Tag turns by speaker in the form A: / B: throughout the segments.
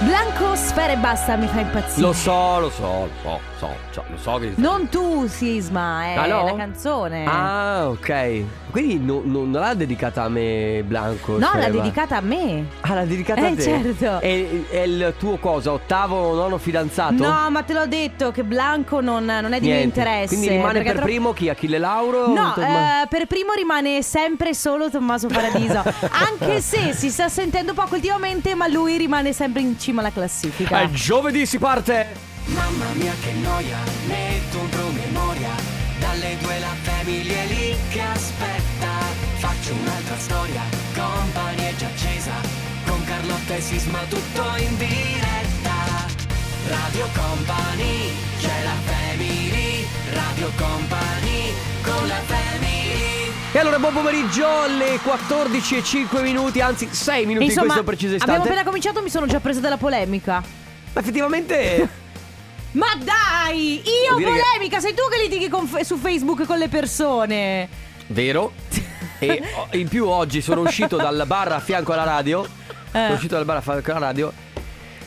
A: Blanco Sfera e basta mi fa impazzire.
B: Lo so, lo so, lo so, so, so, lo so che...
A: Non tu, Sisma, è
B: Ah, no?
A: la canzone.
B: Ah, ok. Quindi no- no- non l'ha dedicata a me Blanco.
A: no,
B: Sfera.
A: l'ha dedicata a me.
B: Ah, l'ha dedicata a
A: Eh,
B: te.
A: certo.
B: E, e il tuo cosa, ottavo o nono fidanzato?
A: No, ma te l'ho detto che Blanco non, non è di mio
B: Niente.
A: interesse.
B: Quindi rimane
A: perché
B: per
A: tro-
B: primo chi? Achille Lauro?
A: No,
B: Tomma-
A: eh, per primo rimane sempre solo Tommaso Paradiso. Anche se si sta sentendo poco ultimamente, ma lui rimane sempre in cima alla classifica.
B: È giovedì si parte!
C: Mamma mia che noia, metto un promemoria Dalle due la famiglia è lì che aspetta Faccio un'altra storia, compagnie è già accesa Con Carlotta e Sisma tutto in diretta Radio Company, c'è la family Radio Company, con la family
B: E allora buon pomeriggio alle 14 e 5 minuti, anzi 6 minuti
A: Insomma,
B: in questo preciso
A: abbiamo
B: istante.
A: appena cominciato, mi sono già presa della polemica.
B: Ma effettivamente
A: Ma dai, io
B: Vuol dire che-
A: polemica, sei tu che litighi con fe- su Facebook con le persone.
B: Vero. E o- in più oggi sono uscito dalla barra a fianco alla
A: Eh.
B: radio. Sono uscito dalla barra a fianco alla radio.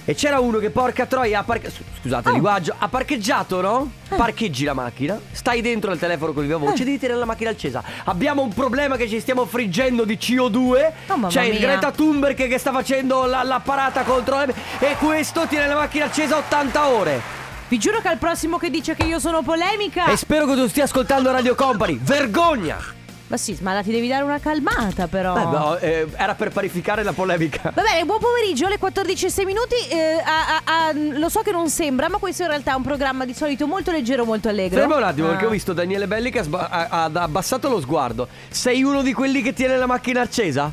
B: E c'era uno che porca troia ha parche- s- Scusate,
A: Oh. Eh.
B: linguaggio. Ha parcheggiato, no? Parcheggi la macchina. Stai dentro al telefono con il viva voce. Devi tenere la macchina accesa. Abbiamo un problema che ci stiamo friggendo di CO2.
A: Oh, mamma
B: C'è il
A: mia.
B: Greta Thunberg che che sta facendo la, la parata contro le. E questo tiene la macchina accesa 80 ore.
A: Vi giuro che al prossimo che dice che io sono polemica.
B: E spero che tu stia ascoltando Radio Company. Vergogna!
A: Ma sì, ma la ti devi dare una calmata, però.
B: Eh, no, eh, era per parificare la polemica.
A: Va bene, buon pomeriggio, alle 14.06 minuti. eh, a- a- a- lo so che non sembra, ma questo in realtà è un programma di solito molto leggero, molto allegro.
B: Ferma un attimo, perché
A: Ah.
B: ho visto Daniele Belli che ha sba- ha, ha abbassato lo sguardo. Sei uno di quelli che tiene la macchina accesa?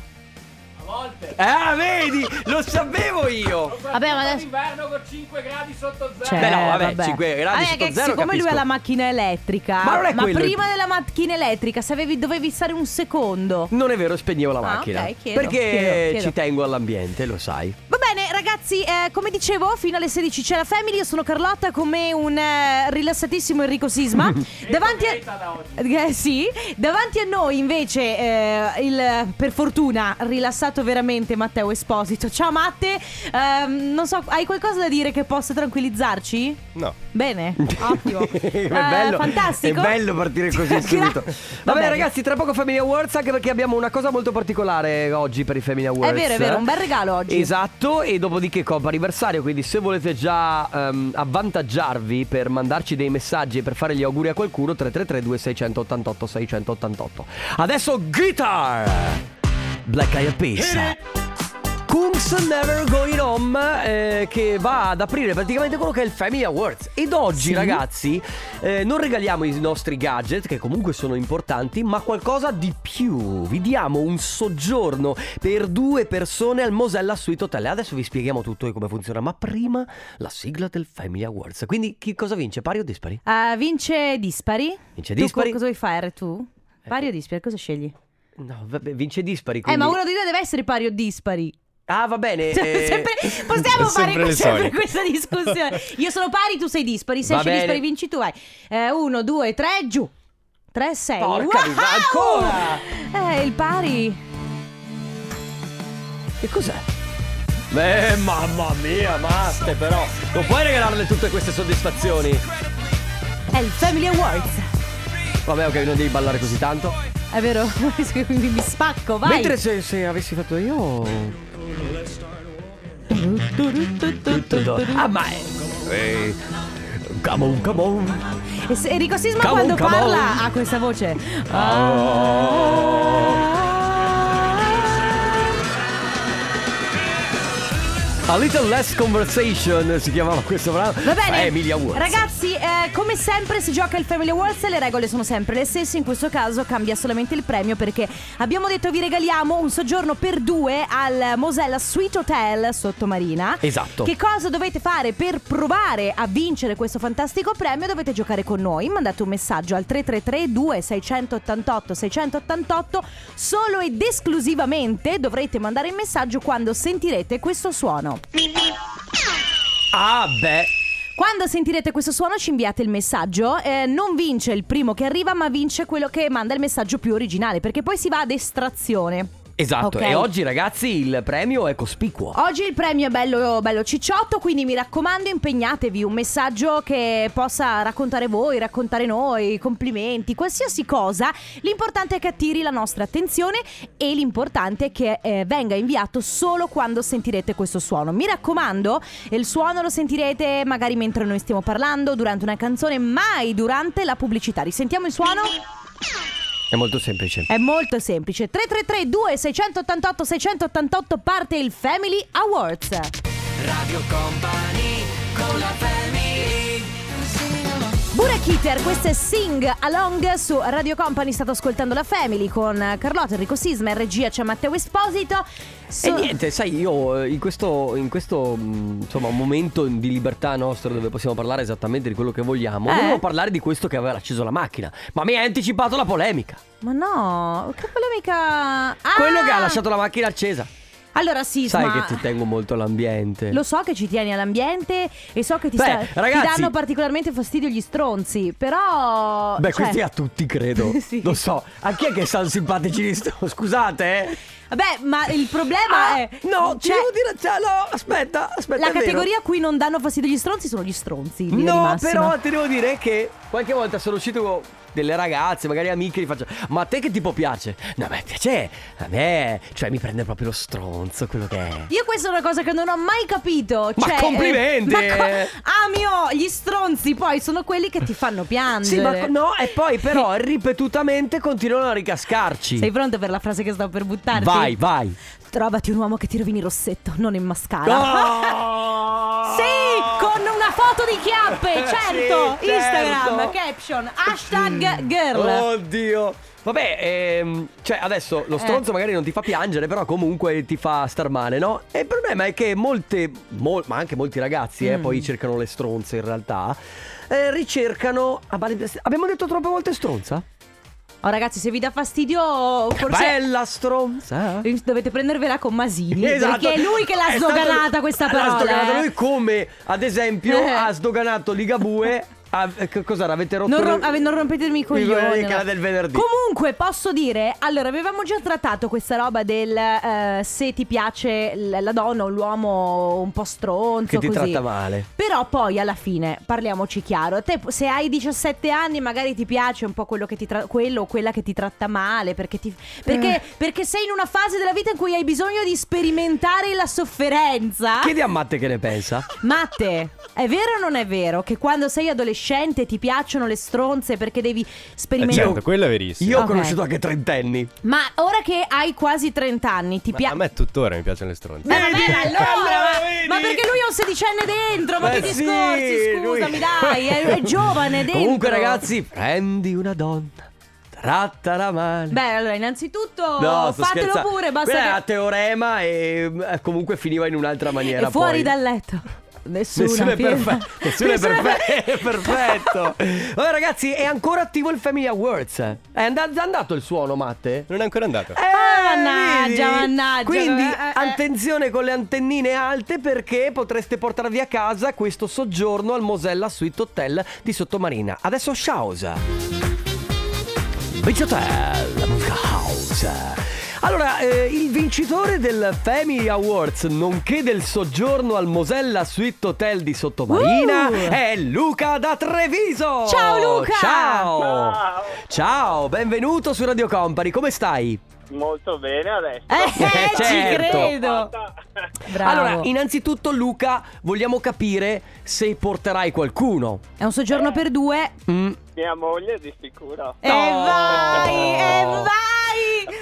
B: A volte. Ah, vedi, lo sapevo io.
A: Ah. Vabbè, ma adesso. Cioè,
B: Beh, no, vabbè, 5 gradi
A: Vabbè,
B: sotto
A: che
B: zero,
A: siccome lui
B: capisco.
A: ha la macchina elettrica,
B: Ma non è quello il-
A: prima della macchina elettrica, sapevi dovevi stare un secondo.
B: Non è vero, spegnevo la
A: Ah,
B: macchina.
A: ok, chiedo,
B: perché
A: chiedo, chiedo.
B: ci tengo all'ambiente, lo sai.
A: Va bene, ragazzi, eh, come dicevo, fino alle 16 c'è la Family. Io sono Carlotta, come un eh, rilassatissimo Enrico Sisma. davanti, a... Eh, sì. davanti a noi, invece, eh, il per fortuna rilassato veramente Matteo Esposito. Ciao, Matte. Ehm, non so, hai qualcosa da dire che possa tranquillizzarci?
D: No.
A: Bene, ottimo.
B: è
A: Eh,
B: bello.
A: fantastico.
B: È bello partire così subito. Va,
A: Va
B: bene,
A: bene.
B: ragazzi, tra poco Family Awards, anche perché abbiamo una cosa molto particolare oggi per i Family Awards.
A: vero, è vero, un bel regalo oggi.
B: Esatto, e dopodiché Coppa Anniversario, quindi se volete già ehm, avvantaggiarvi per mandarci dei messaggi e per fare gli auguri a qualcuno 333 2688 688. Adesso guitar! Black Eyed Peas. Kungs Never Going Home eh, che va ad aprire praticamente quello che è il Family Awards ed oggi
A: Sì.
B: ragazzi eh, non regaliamo i nostri gadget che comunque sono importanti ma qualcosa di più vi diamo un soggiorno per due persone al Mosella Suite Hotel E adesso vi spieghiamo tutto e come funziona ma prima la sigla del Family Awards quindi chi cosa vince pari o dispari?
A: Eh, vince Dispari.
B: Vince
A: Tu
B: dispari. Eh.
A: co- cosa vuoi fare tu? Pari o dispari? Cosa scegli?
B: No vabbè vince dispari
A: Eh,
B: quindi
A: ma uno di due deve essere pari o dispari. Cioè,
B: ah va bene eh,
A: Sempre- possiamo fare
D: sempre le
A: sempre
D: solite.
A: questa discussione. Io sono pari, tu sei dispari. Se
B: Va
A: esci
B: bene.
A: dispari, vinci tu. Vai. Eh, uno, due, tre, giù. Tre, sei.
B: Porca
A: Wow!
B: miseria, ancora!
A: Eh, il pari.
B: Che cos'è? Beh, Eh, mamma mia, Matte, però. Non puoi regalarle tutte queste soddisfazioni.
A: È il Family Awards.
B: Vabbè, ok, non devi ballare così tanto.
A: È vero? mi, mi spacco, vai.
B: Mentre se, se avessi fatto io. Ah, ma è. Eh, Come on, come on.
A: E se- Enrico Sisma
B: Come on,
A: quando
B: come
A: parla
B: on. Ah.
A: ha questa voce.
B: A little less conversation si chiamava questo brano.
A: Va bene,
B: Emilia Woods.
A: ragazzi, eh, come sempre si gioca il Family Awards e le regole sono sempre le stesse. In questo caso cambia solamente il premio perché abbiamo detto vi regaliamo un soggiorno per due al Mosella Sweet Hotel sottomarina.
B: Esatto.
A: Che cosa dovete fare per provare a vincere questo fantastico premio? Dovete giocare con noi. Mandate un messaggio al 333 2688 688 solo ed esclusivamente dovrete mandare il messaggio quando sentirete questo suono.
B: Ah, beh.
A: Quando sentirete questo suono ci inviate il messaggio, Eh, non vince il primo che arriva ma vince quello che manda il messaggio più originale perché poi si va ad estrazione.
B: Esatto,
A: Ok.
B: e oggi ragazzi il premio è cospicuo.
A: Oggi il premio è bello, bello cicciotto, quindi mi raccomando impegnatevi, un messaggio che possa raccontare voi, raccontare noi, complimenti, qualsiasi cosa. L'importante è che attiri la nostra attenzione e l'importante è che eh, venga inviato solo quando sentirete questo suono. Mi raccomando, il suono lo sentirete magari mentre noi stiamo parlando, durante una canzone, mai durante la pubblicità. Risentiamo il suono?
B: È molto semplice.
A: È molto semplice. 333 2688 688 parte il Family Awards.
C: Radio Company con la family
A: Burak Kiter, questo è Sing Along su Radio Company. State ascoltando la Family con Carlotta, Enrico Sisma, in regia c'è Matteo Esposito. So-
B: E niente, sai, io eh, in questo, in questo mh, insomma, momento di libertà nostra dove possiamo parlare esattamente di quello che vogliamo,
A: Eh?
B: volevo parlare di questo che aveva acceso la macchina, ma mi ha anticipato la polemica.
A: Ma no, che polemica. Ah!
B: Quello che ha lasciato la macchina accesa.
A: Allora, Sisma.
B: Sai che ti tengo molto all'ambiente.
A: Lo so che ci tieni all'ambiente e so che ti,
B: Beh,
A: sta-
B: ragazzi-
A: ti danno particolarmente fastidio gli stronzi, però... cioè-
B: Beh, questi a tutti credo.
A: Sì.
B: Lo so. A chi è che sono simpatici di sto? Scusate, eh.
A: Vabbè, Eh, ma il problema
B: Ah,
A: è...
B: No, ti
A: cioè,
B: devo dire. cioè, no, aspetta, aspetta.
A: La
B: è vero.
A: categoria a cui non danno fastidio gli stronzi sono gli stronzi. in linea di
B: No,
A: massima.
B: però ti devo dire che qualche volta sono uscito con delle ragazze, magari amiche, gli faccio. Ma a te che tipo piace? No, beh, piace. A me. Cioè, mi prende proprio lo stronzo quello che è.
A: Io questa è una cosa che non ho mai capito.
B: Ma
A: cioè,
B: complimenti!
A: eh, ma co- ah mio, gli stronzi poi sono quelli che ti fanno piangere.
B: Sì, ma no, e poi però ripetutamente continuano a ricascarci.
A: Sei pronto per la frase che sto per buttarti?
B: Vai, vai.
A: Trovati un uomo che ti rovini il rossetto, non in mascara.
B: No!
A: Sì, con una foto di chiappe, certo.
B: Sì, certo.
A: Instagram, caption, hashtag girl.
B: Mm. Oh. Oddio. Vabbè, ehm, cioè adesso
A: Eh.
B: lo stronzo magari non ti fa piangere, però comunque ti fa star male, no? E il problema è che molte, mol- ma anche molti ragazzi, eh,
A: Mm.
B: poi cercano le stronze in realtà, eh, ricercano... ah, ma- Abbiamo detto troppe volte stronza?
A: Oh ragazzi, se vi dà fastidio, forse
B: Bella stronza!
A: dovete prendervela con Masini,
B: Esatto.
A: perché è lui che l'ha
B: È stato-
A: sdoganata questa parola.
B: L'ha sdoganata
A: eh.
B: lui come, ad esempio,
A: Eh.
B: ha sdoganato Ligabue. a- eh, che cos'era? Avete rotto
A: Non, rom-
B: il-
A: ah, non rompetemi i coglioni.
B: coglioni, che era del venerdì.
A: Comunque posso dire, allora avevamo già trattato questa roba del eh, se ti piace l- la donna o l'uomo un po' stronzo
B: Che ti
A: così.
B: tratta male.
A: Però poi alla fine, parliamoci chiaro, te se hai 17 anni magari ti piace un po' quello, che ti tra- quello o quella che ti tratta male, perché, ti- perché-
B: Eh.
A: perché sei in una fase della vita in cui hai bisogno di sperimentare la sofferenza.
B: Chiedi a Matte che ne pensa.
A: Matte, è vero o non è vero che quando sei adolescente ti piacciono le stronze perché devi sperimentare?
B: Io-
D: Certo, quello è verissimo.
B: Io ho
A: Ok.
B: conosciuto anche trentenni.
A: Ma ora che hai quasi 30 anni ti
D: Ma A
A: piace...
D: me tuttora mi piacciono le stronze.
A: Ma vabbè,
B: Vedi?
A: ma allora,
B: Eh, Allora,
A: ma-
B: vedi?
A: ma perché lui è un sedicenne dentro? Ma
B: Eh
A: che
B: sì,
A: discorsi?
B: lui-
A: Scusami, dai, è, è giovane dentro.
B: Comunque, ragazzi, prendi una donna, trattala male.
A: Beh, allora, innanzitutto,
B: No, sto
A: fatelo
B: scherzando.
A: pure. Basta
B: Quella era
A: che.
B: teorema e eh, comunque finiva in un'altra maniera.
A: È fuori
B: poi.
A: dal letto. Nessuna
B: Nessuno è,
A: firma.
B: perfe- nessuno è
A: Nessuna-
B: perfe- è perfetto. Vabbè, ragazzi, è ancora attivo il Family Awards. È and- andato il suono, Matte?
D: Non è ancora andato.
A: Ah,
B: Eh,
A: mannaggia,
B: vedi?
A: mannaggia.
B: Quindi
A: Eh, eh, eh.
B: attenzione con le antennine alte perché potreste portarvi a casa questo soggiorno al Mosella Suite Hotel di Sottomarina. Adesso Shausa. Beach Hotel, la musica house. Allora, eh, il vincitore del Family Awards, nonché del soggiorno al Mosella Suite Hotel di Sottomarina,
A: Uh!
B: è Luca da Treviso.
A: Ciao, Luca!
B: Ciao! Ciao, benvenuto su Radio Company, come stai?
E: Molto bene adesso.
A: Eh,
B: Eh,
A: ci
B: certo.
A: credo. Bravo.
B: Allora, innanzitutto Luca, vogliamo capire se porterai qualcuno.
A: È un soggiorno per due.
B: Mm.
E: Mia moglie di sicuro.
A: E vai, e vai.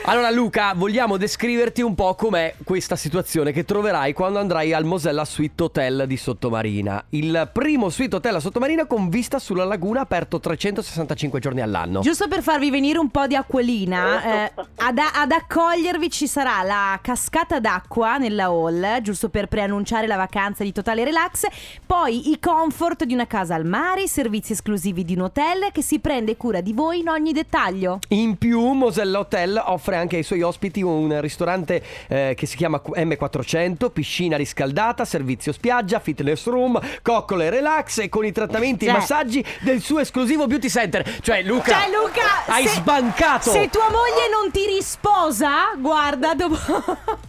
B: Allora Luca, vogliamo descriverti un po' com'è questa situazione che troverai quando andrai al Mosella Suite Hotel di Sottomarina. Il primo suite hotel a Sottomarina con vista sulla laguna aperto 365 giorni all'anno.
A: Giusto per farvi venire un po' di acquolina, eh, ad, ad accogliervi ci sarà la cascata d'acqua nella hall, giusto per preannunciare la vacanza di totale relax, poi i comfort di una casa al mare, i servizi esclusivi di un hotel che si prende cura di voi in ogni dettaglio.
B: In più, Mosella Hotel offre anche ai suoi ospiti un ristorante eh, che si chiama M400, piscina riscaldata, servizio spiaggia, fitness room, coccole relax e con i trattamenti e
A: Cioè-
B: i massaggi del suo esclusivo beauty center. Cioè Luca,
A: Cioè, Luca,
B: hai
A: se-
B: sbancato.
A: Se tua moglie non ti risposa, guarda dopo.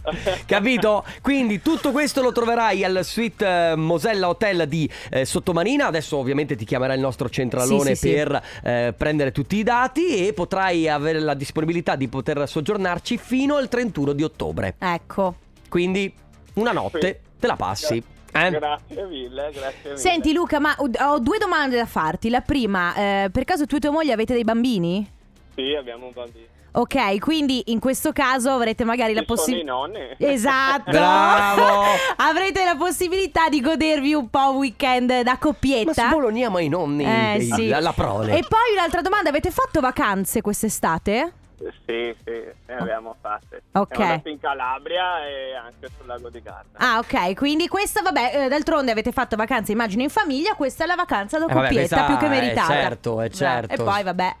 B: Capito? Quindi tutto questo lo troverai al suite eh, Mosella Hotel di eh, Sottomarina. Adesso ovviamente ti chiamerà il nostro centralone
A: Sì, sì, sì.
B: per eh, prendere tutti i dati e potrai avere la disponibilità di poter soggiornarci fino al 31 di ottobre.
A: ecco.
B: Quindi una notte
E: Sì.
B: te la passi. Eh?
E: Grazie mille, grazie mille.
A: Senti Luca, ma ho- ho due domande da farti. La prima, eh, per caso tu e tua moglie avete dei bambini?
E: Sì, abbiamo un bambino.
A: Ok, quindi in questo caso avrete magari la
E: Ci sono i
A: possibilità...
E: nonni.
A: Esatto.
B: Bravo.
A: avrete la possibilità di godervi un po' un weekend da
B: Ma si
A: coppietta.
B: boloniamo ai nonni
A: Eh,
B: dei-
A: sì.
B: la, la prole.
A: E poi un'altra domanda, avete fatto vacanze quest'estate?
E: Sì, sì, ne abbiamo fatte.
A: Ok.
E: Siamo andati in Calabria e anche sul lago di Garda.
A: Ah, ok, quindi questa, vabbè, eh, d'altronde avete fatto vacanze, immagino, in famiglia, questa è la vacanza da
B: Eh, vabbè,
A: coppietta,
B: questa-
A: più che
B: eh,
A: meritata.
B: certo, eh, certo.
A: E poi, vabbè,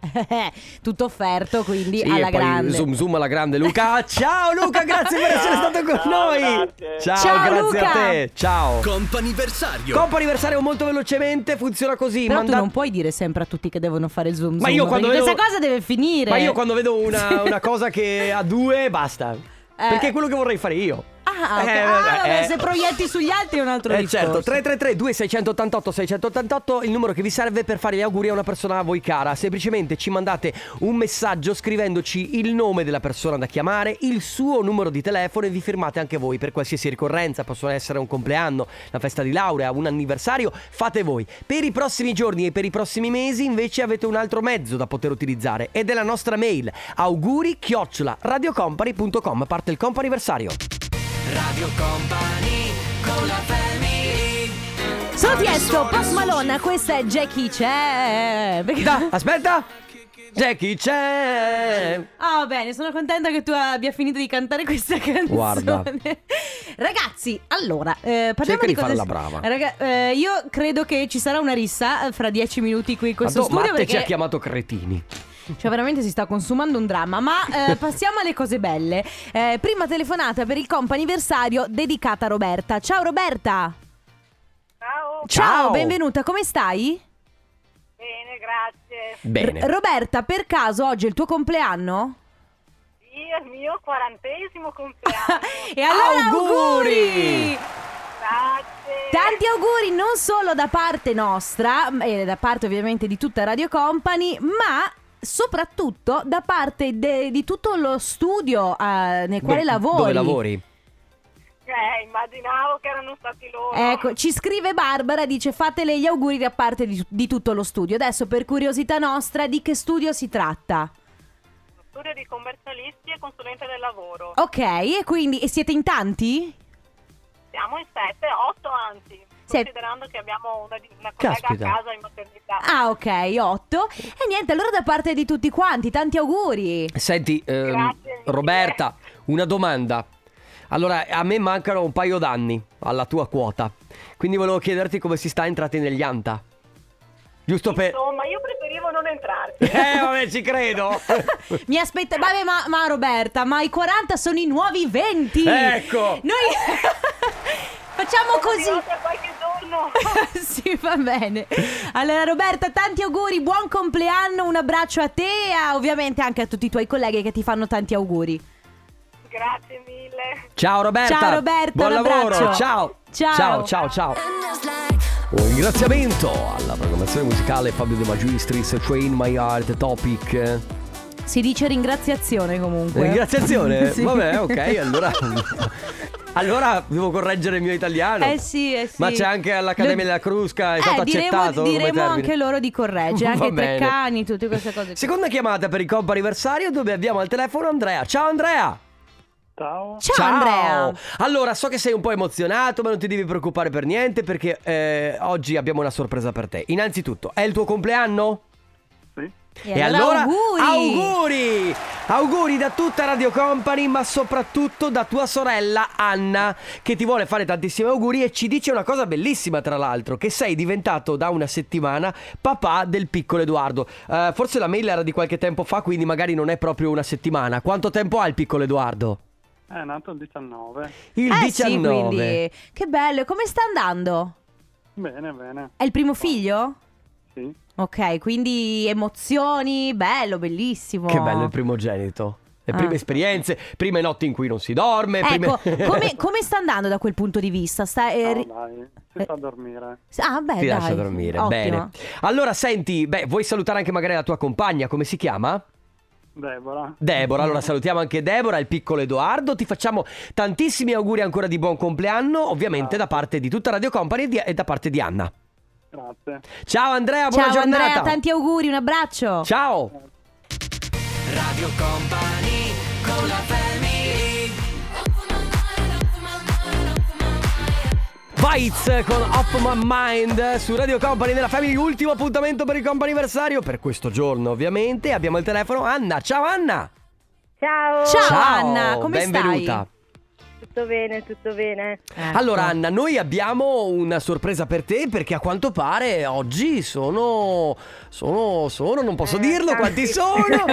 A: tutto offerto, quindi
B: Sì,
A: alla
B: e poi
A: grande.
B: zoom zoom alla grande Luca. Ciao Luca, grazie per essere
E: Ciao,
B: stato con
E: ciao,
B: noi.
E: grazie.
B: Ciao,
A: Ciao,
B: grazie a
A: Luca.
B: te. Ciao.
C: Comp'anniversario
B: Compa anniversario molto velocemente, funziona così.
A: Però
B: manda-
A: tu non puoi dire sempre a tutti che devono fare il zoom zoom.
B: Ma io quando
A: perché
B: vedo...
A: questa cosa deve finire.
B: Ma io quando vedo una,
A: Sì.
B: una cosa che ha due, basta. Perché è quello che vorrei fare io.
A: Eh. Ah, ok.
B: Eh,
A: Ah, vabbè,
B: eh.
A: se proietti sugli altri è un altro
B: Eh
A: discorso.
B: certo, 333 2688 688 il numero che vi serve per fare gli auguri a una persona a voi cara. Semplicemente ci mandate un messaggio scrivendoci il nome della persona da chiamare, il suo numero di telefono e vi firmate anche voi per qualsiasi ricorrenza, possono essere un compleanno, la festa di laurea, un anniversario, fate voi. Per i prossimi giorni e per i prossimi mesi invece avete un altro mezzo da poter utilizzare ed è la nostra mail auguri chiocciola radiocompany.com parte il comp'anniversario.
A: Sono Tiesto, Post Malone, questa è Jackie c'è. Perché...
B: Da, aspetta! Jackie c'è!
A: Ah, bene, sono contenta che tu abbia finito di cantare questa canzone.
B: Guarda.
A: Ragazzi, allora, eh, parliamo
B: Cerca di
A: cose-
B: farla brava.
A: Raga- eh, io credo che ci sarà una rissa eh, fra dieci minuti qui in questo
B: Tanto
A: studio
B: Matte
A: perché
B: ci ha chiamato cretini.
A: cioè, veramente si sta consumando un dramma, ma eh, passiamo alle cose belle. Eh, prima telefonata per il comp anniversario dedicata a Roberta. Ciao Roberta.
D: Ciao,
B: Ciao.
A: benvenuta, come stai?
D: bene, grazie.
B: Bene.
A: R- Roberta, per caso oggi è il tuo compleanno?
D: Io il mio quarantesimo compleanno.
A: e allora
B: Auguri!
A: auguri!
D: grazie.
A: Tanti auguri non solo da parte nostra, m- e da parte ovviamente di tutta Radio Company, ma soprattutto da parte de- di tutto lo studio eh, nel quale
B: Do-
A: lavori.
B: Dove lavori?
D: Eh, immaginavo che erano stati loro.
A: Ecco, ci scrive Barbara, dice fatele gli auguri da parte di, di tutto lo studio. Adesso per curiosità nostra, di che studio si tratta?
D: Studio di commercialisti e consulente del lavoro.
A: Ok, e quindi e siete in tanti?
D: Siamo in sette, otto anzi.
A: Sì.
D: Considerando che abbiamo una, di- una collega
B: Caspita.
D: a casa in maternità.
A: Ah, ok, otto. E niente, allora da parte di tutti quanti, tanti auguri.
B: Senti, ehm,
D: Grazie mille.
B: Roberta, una domanda. Allora, a me mancano un paio d'anni alla tua quota. Quindi volevo chiederti come si sta entrati negli ANTA. Giusto per.
D: Insomma, io preferivo non entrarci.
B: Eh, vabbè, ci credo.
A: Mi aspetta, vabbè, ma, ma Roberta, ma i 40 sono i nuovi 20.
B: Ecco.
A: Noi facciamo Oh, così.
D: Tra qualche giorno.
A: sì, va bene. Allora, Roberta, tanti auguri, buon compleanno, un abbraccio a te e a- ovviamente anche a tutti i tuoi colleghi che ti fanno tanti auguri.
D: grazie mille.
B: Ciao Roberta.
A: Ciao, Roberta,
B: Buon
A: un
B: lavoro.
A: abbraccio.
B: Ciao.
A: Ciao.
B: Ciao, ciao, ciao. Un ringraziamento alla programmazione musicale Fabio De Magistris, Train My Heart, Topic.
A: Si dice ringraziazione comunque.
B: Ringraziazione?
A: Sì.
B: Vabbè, ok, allora. allora devo correggere il mio italiano.
A: Eh sì, eh sì.
B: Ma c'è anche all'Accademia
A: Lo-
B: della Crusca, è
A: eh,
B: stato
A: diremo,
B: accettato. come
A: Diremo
B: termine.
A: anche loro di correggere,
B: Va
A: anche
B: bene.
A: Treccani, tutte queste cose. qui.
B: Seconda chiamata per il compo anniversario dove abbiamo al telefono Andrea. Ciao Andrea!
E: Ciao.
A: Ciao, Andrea.
B: Allora, so che sei un po' emozionato, ma non ti devi preoccupare per niente perché eh, oggi abbiamo una sorpresa per te. Innanzitutto, è il tuo compleanno?
E: Sì.
A: E allora auguri!
B: auguri! Auguri da tutta Radio Company, ma soprattutto da tua sorella Anna, che ti vuole fare tantissimi auguri e ci dice una cosa bellissima, tra l'altro, che sei diventato da una settimana papà del piccolo Edoardo. Eh, forse la mail era di qualche tempo fa, quindi magari non è proprio una settimana. Quanto tempo ha il piccolo Edoardo?
E: Eh, È nato il 19.
B: Il
A: Eh sì,
B: 19.
A: quindi. Che bello, e come sta andando?
E: Bene, bene.
A: È il primo figlio?
E: Sì.
A: Ok, quindi emozioni, bello, bellissimo.
B: Che bello il primogenito. Le
A: Ah.
B: prime esperienze, prime notti in cui non si dorme.
A: Ecco,
B: eh, prime-
A: come, come sta andando da quel punto di vista? Sta, eh,
E: Ciao,
A: ri-
E: dai. Si fa dormire.
A: Ah, beh,
B: Ti
A: dai.
B: lascia dormire,
A: Ottimo.
B: bene. Allora, senti, beh, vuoi salutare anche magari la tua compagna, come si chiama?
E: Deborah.
B: Debora, allora salutiamo anche Debora, il piccolo Edoardo, ti facciamo tantissimi auguri ancora di buon compleanno, ovviamente
E: Grazie.
B: da parte di tutta Radio Company e, di- e da parte di Anna.
E: Grazie.
B: Ciao Andrea, buona
A: Ciao
B: giornata.
A: Andrea, tanti auguri, un abbraccio.
B: Ciao.
C: Radio Company con la family
B: Bites con Off My Mind su Radio Company della Family, ultimo appuntamento per il comp'anniversario per questo giorno, ovviamente. Abbiamo il telefono Anna. Ciao Anna.
F: Ciao,
A: Ciao, Anna, come
B: benvenuta.
A: stai?
F: tutto bene, tutto bene.
A: Ecco.
B: Allora Anna, noi abbiamo una sorpresa per te perché a quanto pare oggi sono, sono, sono, non posso
F: Eh,
B: dirlo quanti
F: tanti.
B: sono,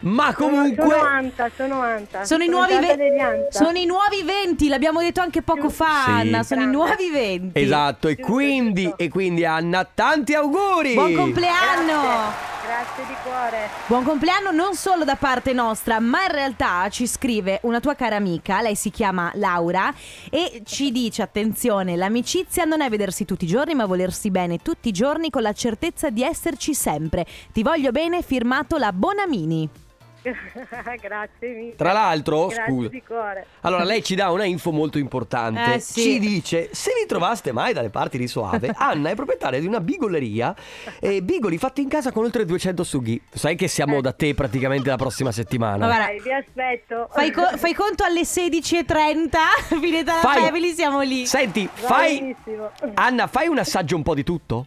B: ma Ah, comunque...
F: Sono, sono Anta, sono Anta.
A: sono i, nuovi
F: Anta
A: ve-
F: degli Anta.
A: sono i nuovi 20, l'abbiamo detto anche poco fa,
B: Sì.
A: Anna. Sono i
F: Grande.
A: nuovi 20.
B: Esatto, e
F: Giusto,
B: quindi,
F: giusto.
B: e quindi Anna, tanti auguri!
A: Buon
F: Grazie,
A: compleanno!
F: Grazie di cuore.
A: Buon compleanno non solo da parte nostra, ma in realtà ci scrive una tua cara amica, lei si chiama Laura, e ci dice, attenzione, l'amicizia non è vedersi tutti i giorni, ma volersi bene tutti i giorni con la certezza di esserci sempre. Ti voglio bene, firmato la Bonamini.
F: Grazie mille.
B: Tra l'altro,
F: Grazie
B: scusa.
F: di cuore.
B: Allora, lei ci dà una info molto importante.
A: Eh, sì.
B: Ci dice: se vi trovaste mai dalle parti di Soave, Anna è proprietaria di una bigoleria e bigoli fatti in casa con oltre 200 sughi. Sai che siamo da te praticamente la prossima settimana.
A: Vabbè. Guarda,
F: Dai, vi aspetto.
A: Fai, co- fai conto alle 16.30, finita la
B: Fai-
A: family, siamo eh, lì.
B: Senti,
F: Va
B: fai.
F: benissimo.
B: Anna, fai un assaggio un po' di tutto?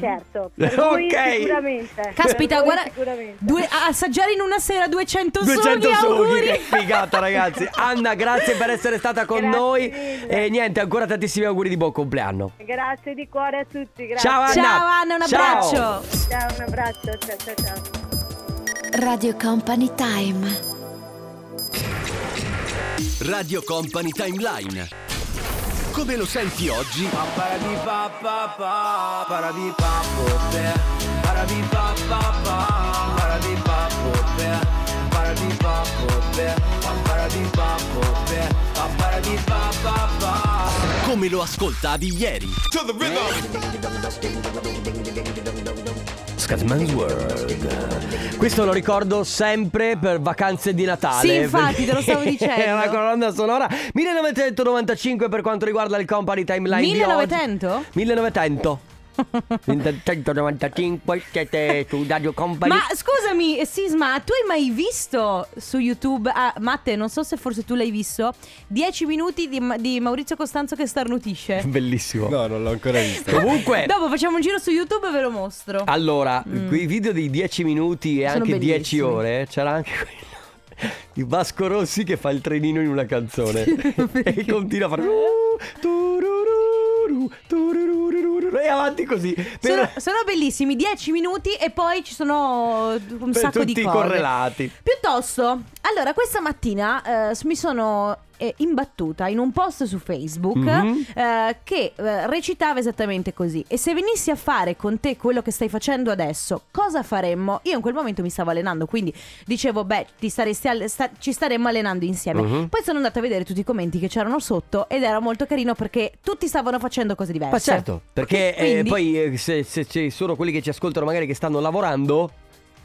F: Certo. Per
B: Ok.
F: voi Sicuramente. Per
A: Caspita,
F: voi
A: guarda,
F: Sicuramente.
A: due- assaggiare in una sera 200,
B: 200
A: sughi,
B: sughi,
A: auguri.
B: che figata ragazzi. Anna, grazie per essere stata con
F: Grazie
B: noi.
F: mille.
B: E niente, ancora tantissimi auguri di buon compleanno.
F: Grazie di cuore a tutti. Grazie.
B: Ciao Anna.
A: Ciao Anna, un
B: Ciao.
A: abbraccio.
F: Ciao, un abbraccio. Ciao, ciao, ciao.
G: Radio Company Time.
C: Radio Company Timeline Come lo senti oggi? Come lo ascoltavi ieri?
B: Scatman's World. Questo lo ricordo sempre per vacanze di Natale.
A: Sì, infatti, te lo stavo
B: perché
A: dicendo.
B: È una colonna sonora 1995 per quanto riguarda il company timeline. di oggi.
A: 1900?
B: 1900. 1995 siete su Radio Company.
A: Ma scusami, eh, Sisma, tu hai mai visto su YouTube, ah, Matte, non so se forse tu l'hai visto, 10 minuti di, Ma- di Maurizio Costanzo che starnutisce?
B: Bellissimo.
H: No, non l'ho ancora visto.
B: Comunque,
A: Dopo facciamo un giro su YouTube e ve lo mostro.
B: allora, quei video di 10 minuti e
A: Mm. Sono
B: anche 10
A: bellissimi.
B: ore, eh, c'era anche quello di Vasco Rossi che fa il trenino in una canzone e continua a fare "Uh, turururu, turururu, e avanti così per, Ah,
A: Sono, sono bellissimi, 10 minuti e poi ci sono uh, un
B: per
A: sacco
B: tutti
A: di
B: i
A: cose.
B: correlati.
A: Piuttosto, allora questa mattina eh, s- mi sono eh, imbattuta in un post su Facebook
B: Mhm.
A: eh, che eh, recitava esattamente così. E se venissi a fare con te quello che stai facendo adesso, cosa faremmo? Io in quel momento mi stavo allenando, quindi dicevo, beh, ti saresti al- sta- ci staremmo allenando insieme.
B: Mhm.
A: Poi sono andata a vedere tutti i commenti che c'erano sotto ed era molto carino perché tutti stavano facendo cose diverse.
B: Ma certo, perché eh,
A: Quindi-
B: poi eh, se, se ci sono quelli che ci ascoltano magari che stanno lavorando,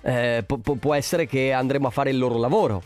B: eh, po- po- può essere che andremo a fare il loro lavoro.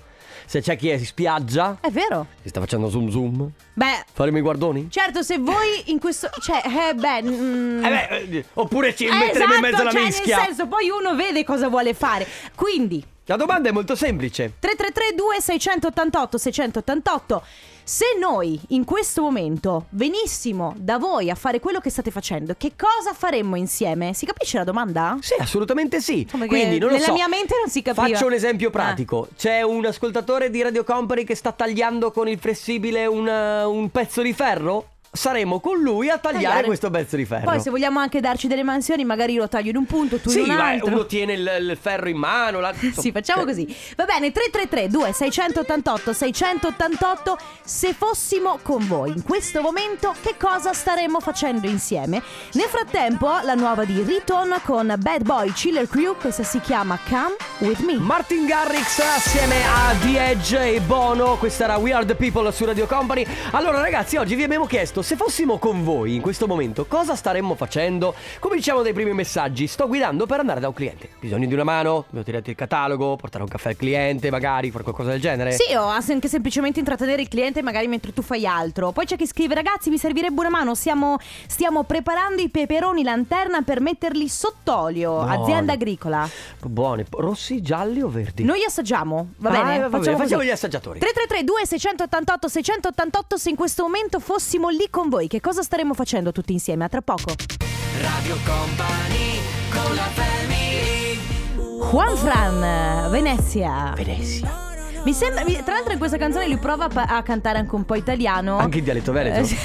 B: Se c'è chi è in spiaggia,
A: È vero.
B: si sta facendo zoom zoom,
A: Beh,
B: faremo i guardoni?
A: certo, se voi in questo... Cioè, eh, beh... mm,
B: Eh beh, eh, oppure ci
A: Eh,
B: metteremo
A: esatto,
B: in mezzo alla
A: cioè,
B: mischia.
A: Nel senso, poi uno vede cosa vuole fare. Quindi
B: La domanda è molto semplice.
A: 333 2688 688 Se noi in questo momento venissimo da voi a fare quello che state facendo, che cosa faremmo insieme? Si capisce la domanda?
B: Sì, assolutamente sì.
A: Insomma, che
B: Quindi non lo
A: nella
B: so.
A: mia mente non si capiva.
B: Faccio un esempio
A: Ah.
B: pratico. C'è un ascoltatore di Radio Company che sta tagliando con il flessibile un, eh, un pezzo di ferro? Saremo con lui a tagliare,
A: Tagliare.
B: questo pezzo di ferro.
A: Poi se vogliamo anche darci delle mansioni, magari io lo taglio in un punto, tu
B: sì,
A: in un
B: ma
A: altro.
B: uno tiene il, il ferro in mano. la-
A: Sì, facciamo così. Va bene, 333 2688 688 Se fossimo con voi in questo momento, che cosa staremmo facendo insieme? Nel frattempo, la nuova di Riton con Bad Boy Chiller Crew, questa si chiama Come With Me.
B: Martin Garrix assieme a The Edge e Bono, questa era We Are The People su Radio Company. Allora ragazzi, oggi vi abbiamo chiesto se fossimo con voi in questo momento cosa staremmo facendo. Cominciamo dai primi messaggi, sto guidando per andare da un cliente. Bisogno di una mano, devo tirare il catalogo, portare un caffè al cliente magari, fare qualcosa del genere.
A: Sì, o anche semplicemente intrattenere il cliente magari mentre tu fai altro. Poi c'è chi scrive: Ragazzi, vi servirebbe una mano. Siamo- stiamo preparando i peperoni lanterna per metterli sott'olio.
B: Buono.
A: Azienda agricola.
B: Buone, rossi, gialli o verdi?
A: Noi assaggiamo, va
B: Ah,
A: bene?
B: va bene,
A: facciamo,
B: facciamo
A: così.
B: gli assaggiatori.
A: 333 2688 688 se in questo momento fossimo lì con voi, che cosa staremmo facendo tutti insieme? A tra poco.
C: Radio Company con la family
A: Juan Fran, Venezia.
B: Venezia.
A: Mi sembra, mi- tra l'altro in questa canzone lui prova a, pa- a cantare anche un po' italiano.
B: Anche in dialetto veneto.
A: Eh, sì.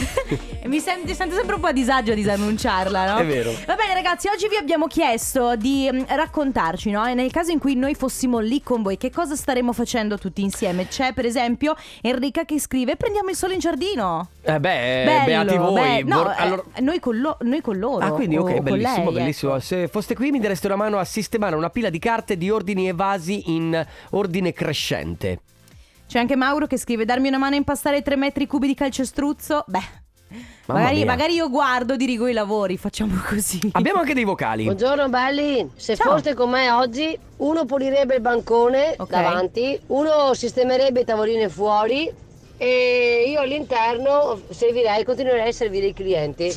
A: E mi sento, sento sempre un po' a disagio a disannunciarla, no?
B: È vero.
A: Va bene ragazzi, oggi vi abbiamo chiesto di mm, raccontarci, no? E nel caso in cui noi fossimo lì con voi, che cosa staremmo facendo tutti insieme? C'è per esempio Enrica che scrive prendiamo il sole in giardino.
B: Eh beh,
A: Bello,
B: beati voi.
A: be- no,
B: Vor-
A: eh,
B: allora-
A: noi, con lo- noi con loro.
B: Ah, quindi
A: o- o
B: ok,
A: con
B: bellissimo,
A: lei,
B: bellissimo.
A: ecco.
B: Se foste qui mi dareste una mano a sistemare una pila di carte di ordini evasi in ordine crescente.
A: C'è anche Mauro che scrive darmi una mano a impastare 3 metri cubi di calcestruzzo. Beh.
B: Mamma
A: Magari,
B: mia.
A: magari io guardo, dirigo i lavori, facciamo così.
B: Abbiamo anche dei vocali.
H: Buongiorno belli, se
A: Ciao.
H: foste con me oggi uno pulirebbe il bancone
A: Ok.
H: davanti, uno sistemerebbe i tavolini fuori e io all'interno servirei, continuerei a servire i clienti.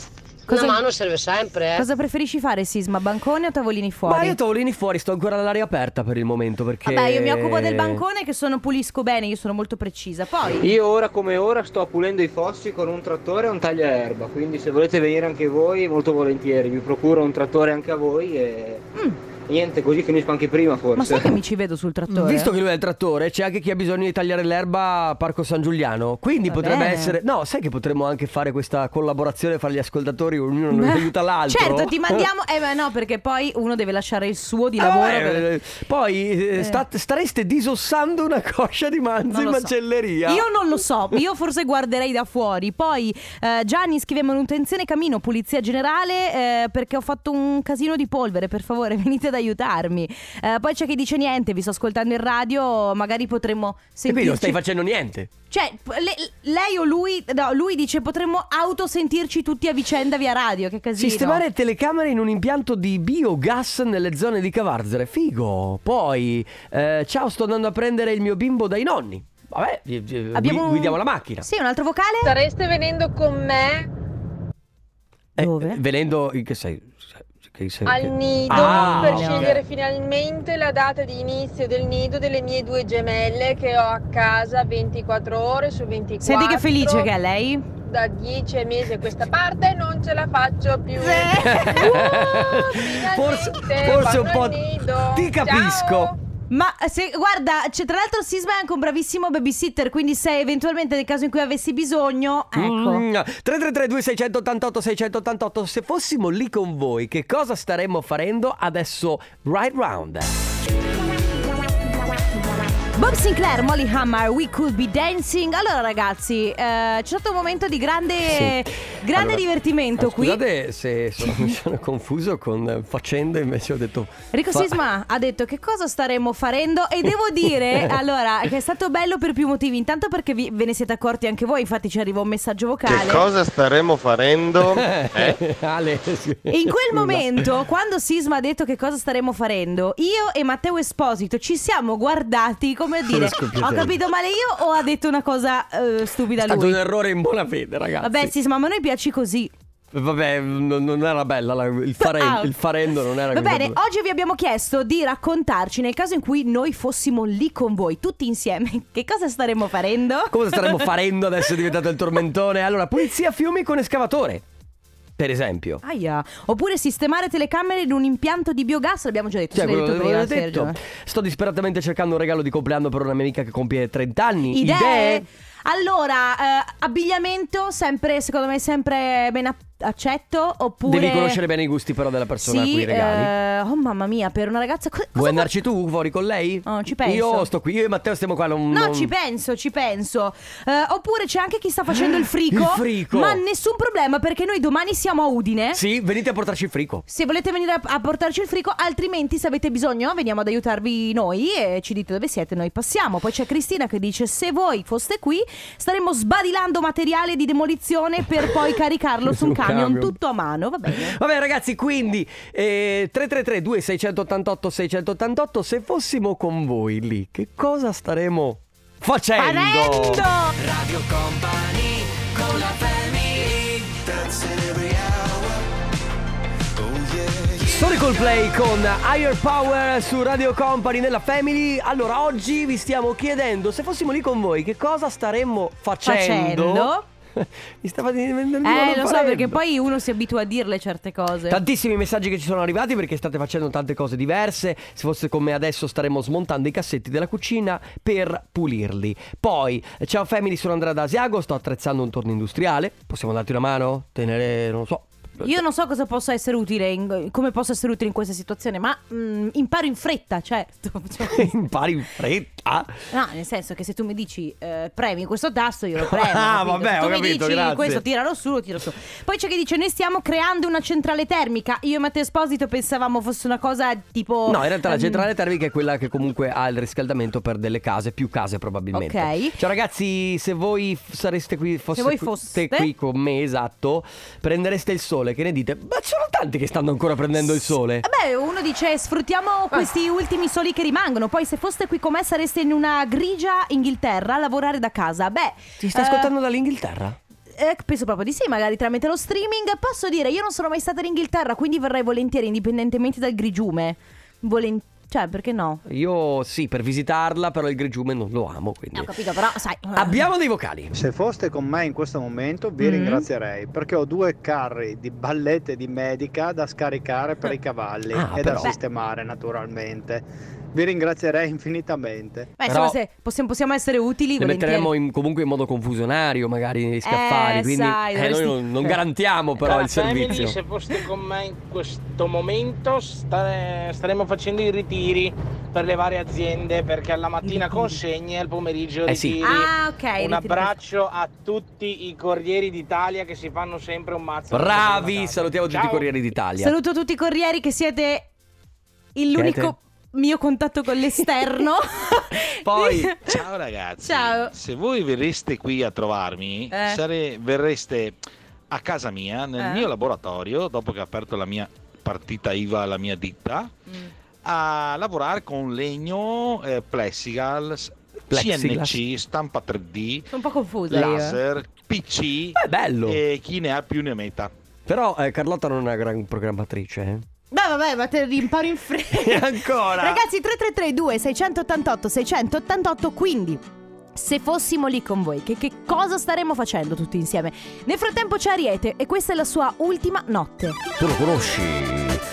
A: Cosa-
H: Una mano serve sempre, eh.
A: Cosa preferisci fare, Sisma? Bancone o tavolini fuori?
B: Ma io tavolini fuori, sto ancora all'aria aperta per il momento perché...
A: Vabbè, io mi occupo
B: Eh.
A: del bancone che sono pulisco bene, io sono molto precisa. Poi.
I: Io ora come ora sto pulendo i fossi con un trattore e un tagliaerba, quindi se volete venire anche voi molto volentieri, vi procuro un trattore anche a voi e
A: Mm,
I: niente, così finisco anche prima forse.
A: ma sai che mi ci vedo sul trattore?
B: Mm,
A: eh.
B: Visto che lui è il trattore, c'è anche chi ha bisogno di tagliare l'erba a Parco San Giuliano. Quindi
A: Va
B: potrebbe
A: bene.
B: essere. No, sai che potremmo anche fare questa collaborazione fra gli ascoltatori, ognuno non
A: Beh,
B: aiuta l'altro.
A: Certo, ti mandiamo. Eh, ma no, perché poi uno deve lasciare il suo di lavoro.
B: Eh,
A: per-
B: eh, Poi eh,
A: Eh.
B: stat- stareste disossando una coscia di manzo
A: Non
B: in
A: lo so.
B: macelleria.
A: Io non lo so, io forse guarderei da fuori. Poi eh, Gianni scrive manutenzione camino, pulizia generale eh, perché ho fatto un casino di polvere, per favore venite ad aiutarmi. Eh, poi c'è chi dice niente, vi sto ascoltando in radio, magari potremmo
B: E quindi non
A: sentirci.
B: stai facendo niente.
A: Cioè, p- le- lei o lui, no, lui dice potremmo autosentirci tutti a vicenda via radio, che casino.
B: Sistemare telecamere in un impianto di biogas nelle zone di Cavarzere. Figo. Poi, eh, ciao, sto andando a prendere il mio bimbo dai nonni. Vabbè, eh, eh,
A: Abbiamo
B: gui-
A: un-
B: guidiamo la macchina.
A: Sì, un altro vocale?
J: Stareste venendo con me
B: Eh,
A: Dove?
B: eh, venendo, in che sei? Che sei-
J: al
B: che-
J: nido
B: Ah,
J: per
B: ok.
J: scegliere finalmente la data di inizio del nido delle mie due gemelle che ho a casa 24 ore su 24.
A: Senti che felice che è lei.
J: Da 10 mesi a questa parte non ce la faccio più. Uh,
B: forse,
J: finalmente,
B: forse un
J: vanno
B: po'.
J: al nido.
B: Ti capisco.
J: Ciao.
A: Ma se, guarda, c'è- tra l'altro Sisma è anche un bravissimo babysitter, quindi se eventualmente nel caso in cui avessi bisogno, ecco.
B: Mm, 3332 688 688 Se fossimo lì con voi Che cosa staremmo facendo adesso Right round
A: Bob Sinclair, Molly Hammer, We Could Be Dancing. Allora ragazzi, eh, c'è stato un momento di grande, grande
B: Allora,
A: divertimento
B: ah,
A: qui.
B: Scusate se sono- mi sono confuso con eh, faccende Invece ho detto
A: Enrico
B: fa-
A: Sisma ha detto che cosa staremmo farendo e devo dire allora che è stato bello per più motivi, intanto perché vi- ve ne siete accorti anche voi, infatti ci arriva un messaggio vocale.
K: staremo farendo?
B: Eh, Ale, sì.
A: E in quel
B: Scusa.
A: momento, quando Sisma ha detto che cosa staremmo farendo, io e Matteo Esposito ci siamo guardati come a dire:
B: scoppiate.
A: Ho capito male io o ha detto una cosa eh, stupida
B: È stato
A: lui?
B: un errore in buona fede ragazzi
A: Vabbè, Sisma, ma a noi piaci così.
B: Vabbè, non, non era bella la- il, fare-
A: Ah.
B: il farendo, non era
A: Va
B: così
A: bene, oh.
B: bello.
A: oggi vi abbiamo chiesto di raccontarci nel caso in cui noi fossimo lì con voi, tutti insieme, che cosa staremmo facendo?
B: Cosa staremmo farendo adesso è diventato il tormentone? Allora, pulizia fiumi con escavatore, per esempio.
A: Aia. Oppure sistemare telecamere in un impianto di biogas, l'abbiamo già detto,
B: Cioè,
A: se l'hai
B: quello
A: detto
B: che
A: prima,
B: avevo detto.
A: Sergio.
B: Sto disperatamente cercando un regalo di compleanno per una mia amica che compie 30 anni.
A: Idee? Allora, eh, abbigliamento sempre, secondo me, sempre ben a- accetto. Oppure.
B: Devi conoscere bene i gusti, però, della persona a
A: sì,
B: cui regali.
A: eh, oh mamma mia, per una ragazza. co-
B: Vuoi
A: cosa fa-
B: andarci tu fuori con lei?
A: No, non ci penso.
B: Io sto qui, io e Matteo stiamo qua. Non,
A: No,
B: non-
A: ci penso, ci penso. Eh, oppure c'è anche chi sta facendo il frico.
B: Il frico.
A: Ma nessun problema, perché noi domani siamo a Udine.
B: Sì, venite a portarci il frico.
A: Se volete venire a- a portarci il frico, altrimenti se avete bisogno veniamo ad aiutarvi noi e ci dite dove siete, noi passiamo. Poi c'è Cristina che dice se voi foste qui staremmo sbadilando materiale di demolizione per poi caricarlo su un
B: Sul
A: camion,
B: camion.
A: tutto a mano, va bene.
B: Vabbè ragazzi, quindi eh, 333 2688 688 se fossimo con voi lì, che cosa staremo facendo?
C: Radio Company con la family Dance every hour Oh yeah
B: Storical Play con Higher Power su Radio Company nella Family. Allora, oggi vi stiamo chiedendo se fossimo lì con voi, che cosa staremmo facendo?
A: Facendo.
B: Mi stava diventando il
A: Eh,
B: modo
A: lo so
B: farendo.
A: perché poi uno si abitua a dirle certe cose.
B: Tantissimi messaggi che ci sono arrivati perché state facendo tante cose diverse. Se fosse come adesso staremmo smontando i cassetti della cucina per pulirli. Poi, ciao family, sono Andrea D'Asiago, sto attrezzando un torno industriale. Possiamo darti una mano? Tenere, non lo so.
A: Io non so cosa possa essere utile, in- come possa essere utile in questa situazione, ma mm, imparo in fretta, certo. Cioè,
B: Impari in fretta.
A: No, nel senso che se tu mi dici eh, premi questo tasto, io lo premo.
B: Ah,
A: capito?
B: vabbè,
A: se tu
B: ho
A: mi
B: capito,
A: dici
B: grazie.
A: questo, tiralo su, lo tiro su. Poi c'è chi dice: Noi stiamo creando una centrale termica. Io e Matteo Esposito pensavamo fosse una cosa tipo.
B: No, in realtà la
A: ehm,
B: centrale termica è quella che comunque ha il riscaldamento per delle case, più case probabilmente.
A: Ok.
B: Ciao ragazzi, se voi f- sareste qui, foste
A: voi
B: qui-
A: foste.
B: qui con me, esatto, prendereste il sole, che ne dite? Ma ci sono tanti che stanno ancora prendendo il sole. Ah.
A: Vabbè, Eh uno dice sfruttiamo questi ultimi soli che rimangono. Poi se foste qui con me sareste in una grigia Inghilterra a lavorare da casa. Beh,
B: Ti sta
A: eh,
B: ascoltando dall'Inghilterra?
A: Eh, penso proprio di sì, magari tramite lo streaming. Posso dire, io non sono mai stata in Inghilterra, quindi verrei volentieri, indipendentemente dal grigiume. Volen- cioè, perché no?
B: Io sì, per visitarla, però il grigiume non lo amo, quindi.
A: Ho capito, però, sai.
B: Abbiamo dei vocali.
L: Se foste con me in questo momento vi
A: Mm.
L: ringrazierei perché ho due carri di ballette di medica da scaricare per i cavalli
B: Ah,
L: e
A: Mm-hmm.
B: però.
L: da sistemare naturalmente. Vi ringrazierei infinitamente.
A: Beh,
B: Però-
A: insomma, se possi- possiamo essere utili,
B: Le
A: volentieri.
B: metteremo in- comunque in modo confusionario, magari negli scaffali. quindi
A: sai,
B: eh, noi
A: dovresti-
B: non, non garantiamo però
M: Cara
B: il
M: family,
B: servizio.
M: Cioè, se foste con me in questo momento stare- staremmo facendo i ritiri per le varie aziende perché alla mattina consegne e al pomeriggio
B: Eh sì.
M: ritiri.
A: Ah, ok,
M: Un
A: ritiri.
M: abbraccio a tutti i corrieri d'Italia che si fanno sempre un mazzo.
B: Bravi, salutiamo tutti i
M: Ciao.
B: Corrieri d'Italia.
A: Saluto tutti i corrieri che siete il- l'unico mio contatto con l'esterno.
B: Poi,
N: ciao ragazzi.
A: Ciao.
N: Se voi verreste qui a trovarmi,
A: Eh.
N: sare- verreste a casa mia, nel
A: Eh.
N: mio laboratorio, dopo che ho aperto la mia partita IVA, la mia ditta,
A: Mm.
N: a lavorare con legno, eh, plexiglass,
B: Plexiglass.
N: CNC, stampa 3D,
A: Sono un po' confusa io.
N: laser, PC
B: È Eh, bello.
N: e chi ne ha più ne metta.
B: Però eh, Carlotta non è una gran programmatrice. eh.
A: Beh, vabbè, ma te rimparo in fretta.
B: E ancora.
A: Ragazzi, 3332 688 688 quindi. Se fossimo lì con voi, che, che cosa staremmo facendo tutti insieme? Nel frattempo c'è Ariete e questa è la sua ultima notte.
B: Tu lo conosci?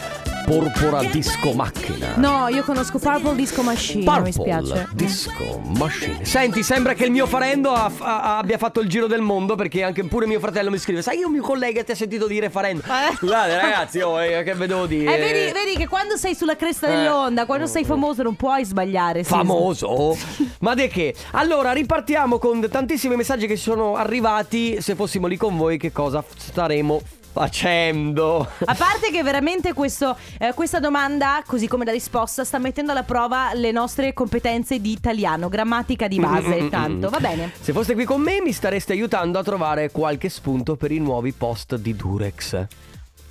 B: Porpora Disco Macchina.
A: No, io conosco Purple Disco Machine, mi
B: Purple
A: spiace.
B: Disco Machine. Senti, sembra che il mio farendo ha- ha- abbia fatto il giro del mondo perché anche pure mio fratello mi scrive: Sai, io un mio collega ti ha sentito dire farendo. Scusate, ragazzi, oh, eh, che vedevo dire?
A: Eh, vedi, vedi che quando sei sulla cresta
B: Eh.
A: dell'onda, quando sei famoso non puoi sbagliare. Sisma.
B: Famoso? Ma di che? Allora, ripartiamo con tantissimi messaggi che ci sono arrivati. Se fossimo lì con voi, che cosa staremo facendo?
A: A parte che veramente questo, eh, questa domanda, così come la risposta, sta mettendo alla prova le nostre competenze di italiano, grammatica di
B: Mm, mm, mm,
A: base,
B: mm.
A: tanto, va bene.
B: Se foste qui con me mi stareste aiutando a trovare qualche spunto per i nuovi post di Durex.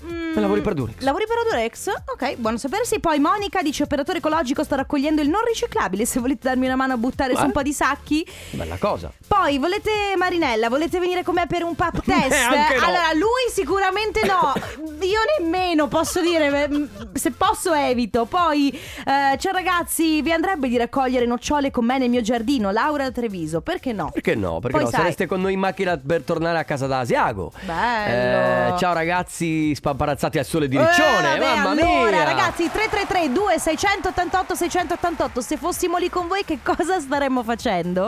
A: Mm,
B: Lavori per Durex.
A: Lavori per Odorex? Ok, buono sapersi. Poi Monica dice: Operatore ecologico, sto raccogliendo il non riciclabile. Se volete darmi una mano a buttare su
B: Eh?
A: un po' di sacchi.
B: Bella cosa.
A: Poi volete Marinella, volete venire con me per un pap test?
B: Eh, anche no.
A: Allora, lui sicuramente no, io nemmeno posso dire, m- se posso evito. Poi eh, ciao ragazzi, vi andrebbe di raccogliere nocciole con me nel mio giardino, Laura da Treviso, perché no?
B: Perché no? Perché
A: Poi
B: no?
A: sai-
B: Sareste con noi in macchina per tornare a casa da Asiago.
A: Bello.
B: Eh, ciao ragazzi, spamparazzati al sole di
A: Eh,
B: Riccione.
A: vabbè,
B: mamma
A: allora,
B: mia.
A: ragazzi, 333 2688 688, se fossimo lì con voi che cosa staremmo facendo?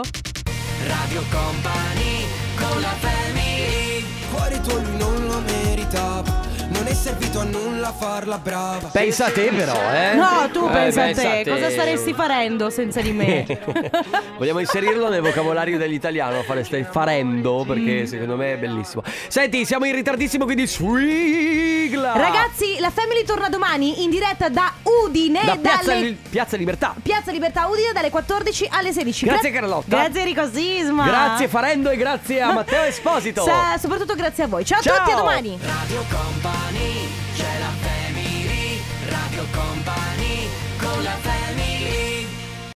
C: Radio Company con la family Cuore tuo lui non lo meritava Non è servito a nulla farla brava
B: Pensa a te però, eh.
A: No, tu
B: Eh,
A: pensa a
B: pensa
A: te,
B: a te.
A: cosa staresti farendo senza di me?
B: Vogliamo inserirlo nel vocabolario dell'italiano, fare stai farendo, perché secondo me è bellissimo. Senti, siamo in ritardissimo, quindi sigla.
A: Ragazzi, la Family torna domani in diretta da Udine
B: da Piazza,
A: eh, dalle-
B: Li- Piazza Libertà.
A: Piazza Libertà Udine dalle 14 alle 16.
B: Grazie,
A: Gra-
B: Carlotta.
A: Grazie Rico Sisma.
B: Grazie Farendo e grazie a Matteo Esposito.
A: Sa- soprattutto grazie a voi. Ciao, a
B: Ciao.
A: tutti, a domani.
C: Radio Company, c'è la family Radio Company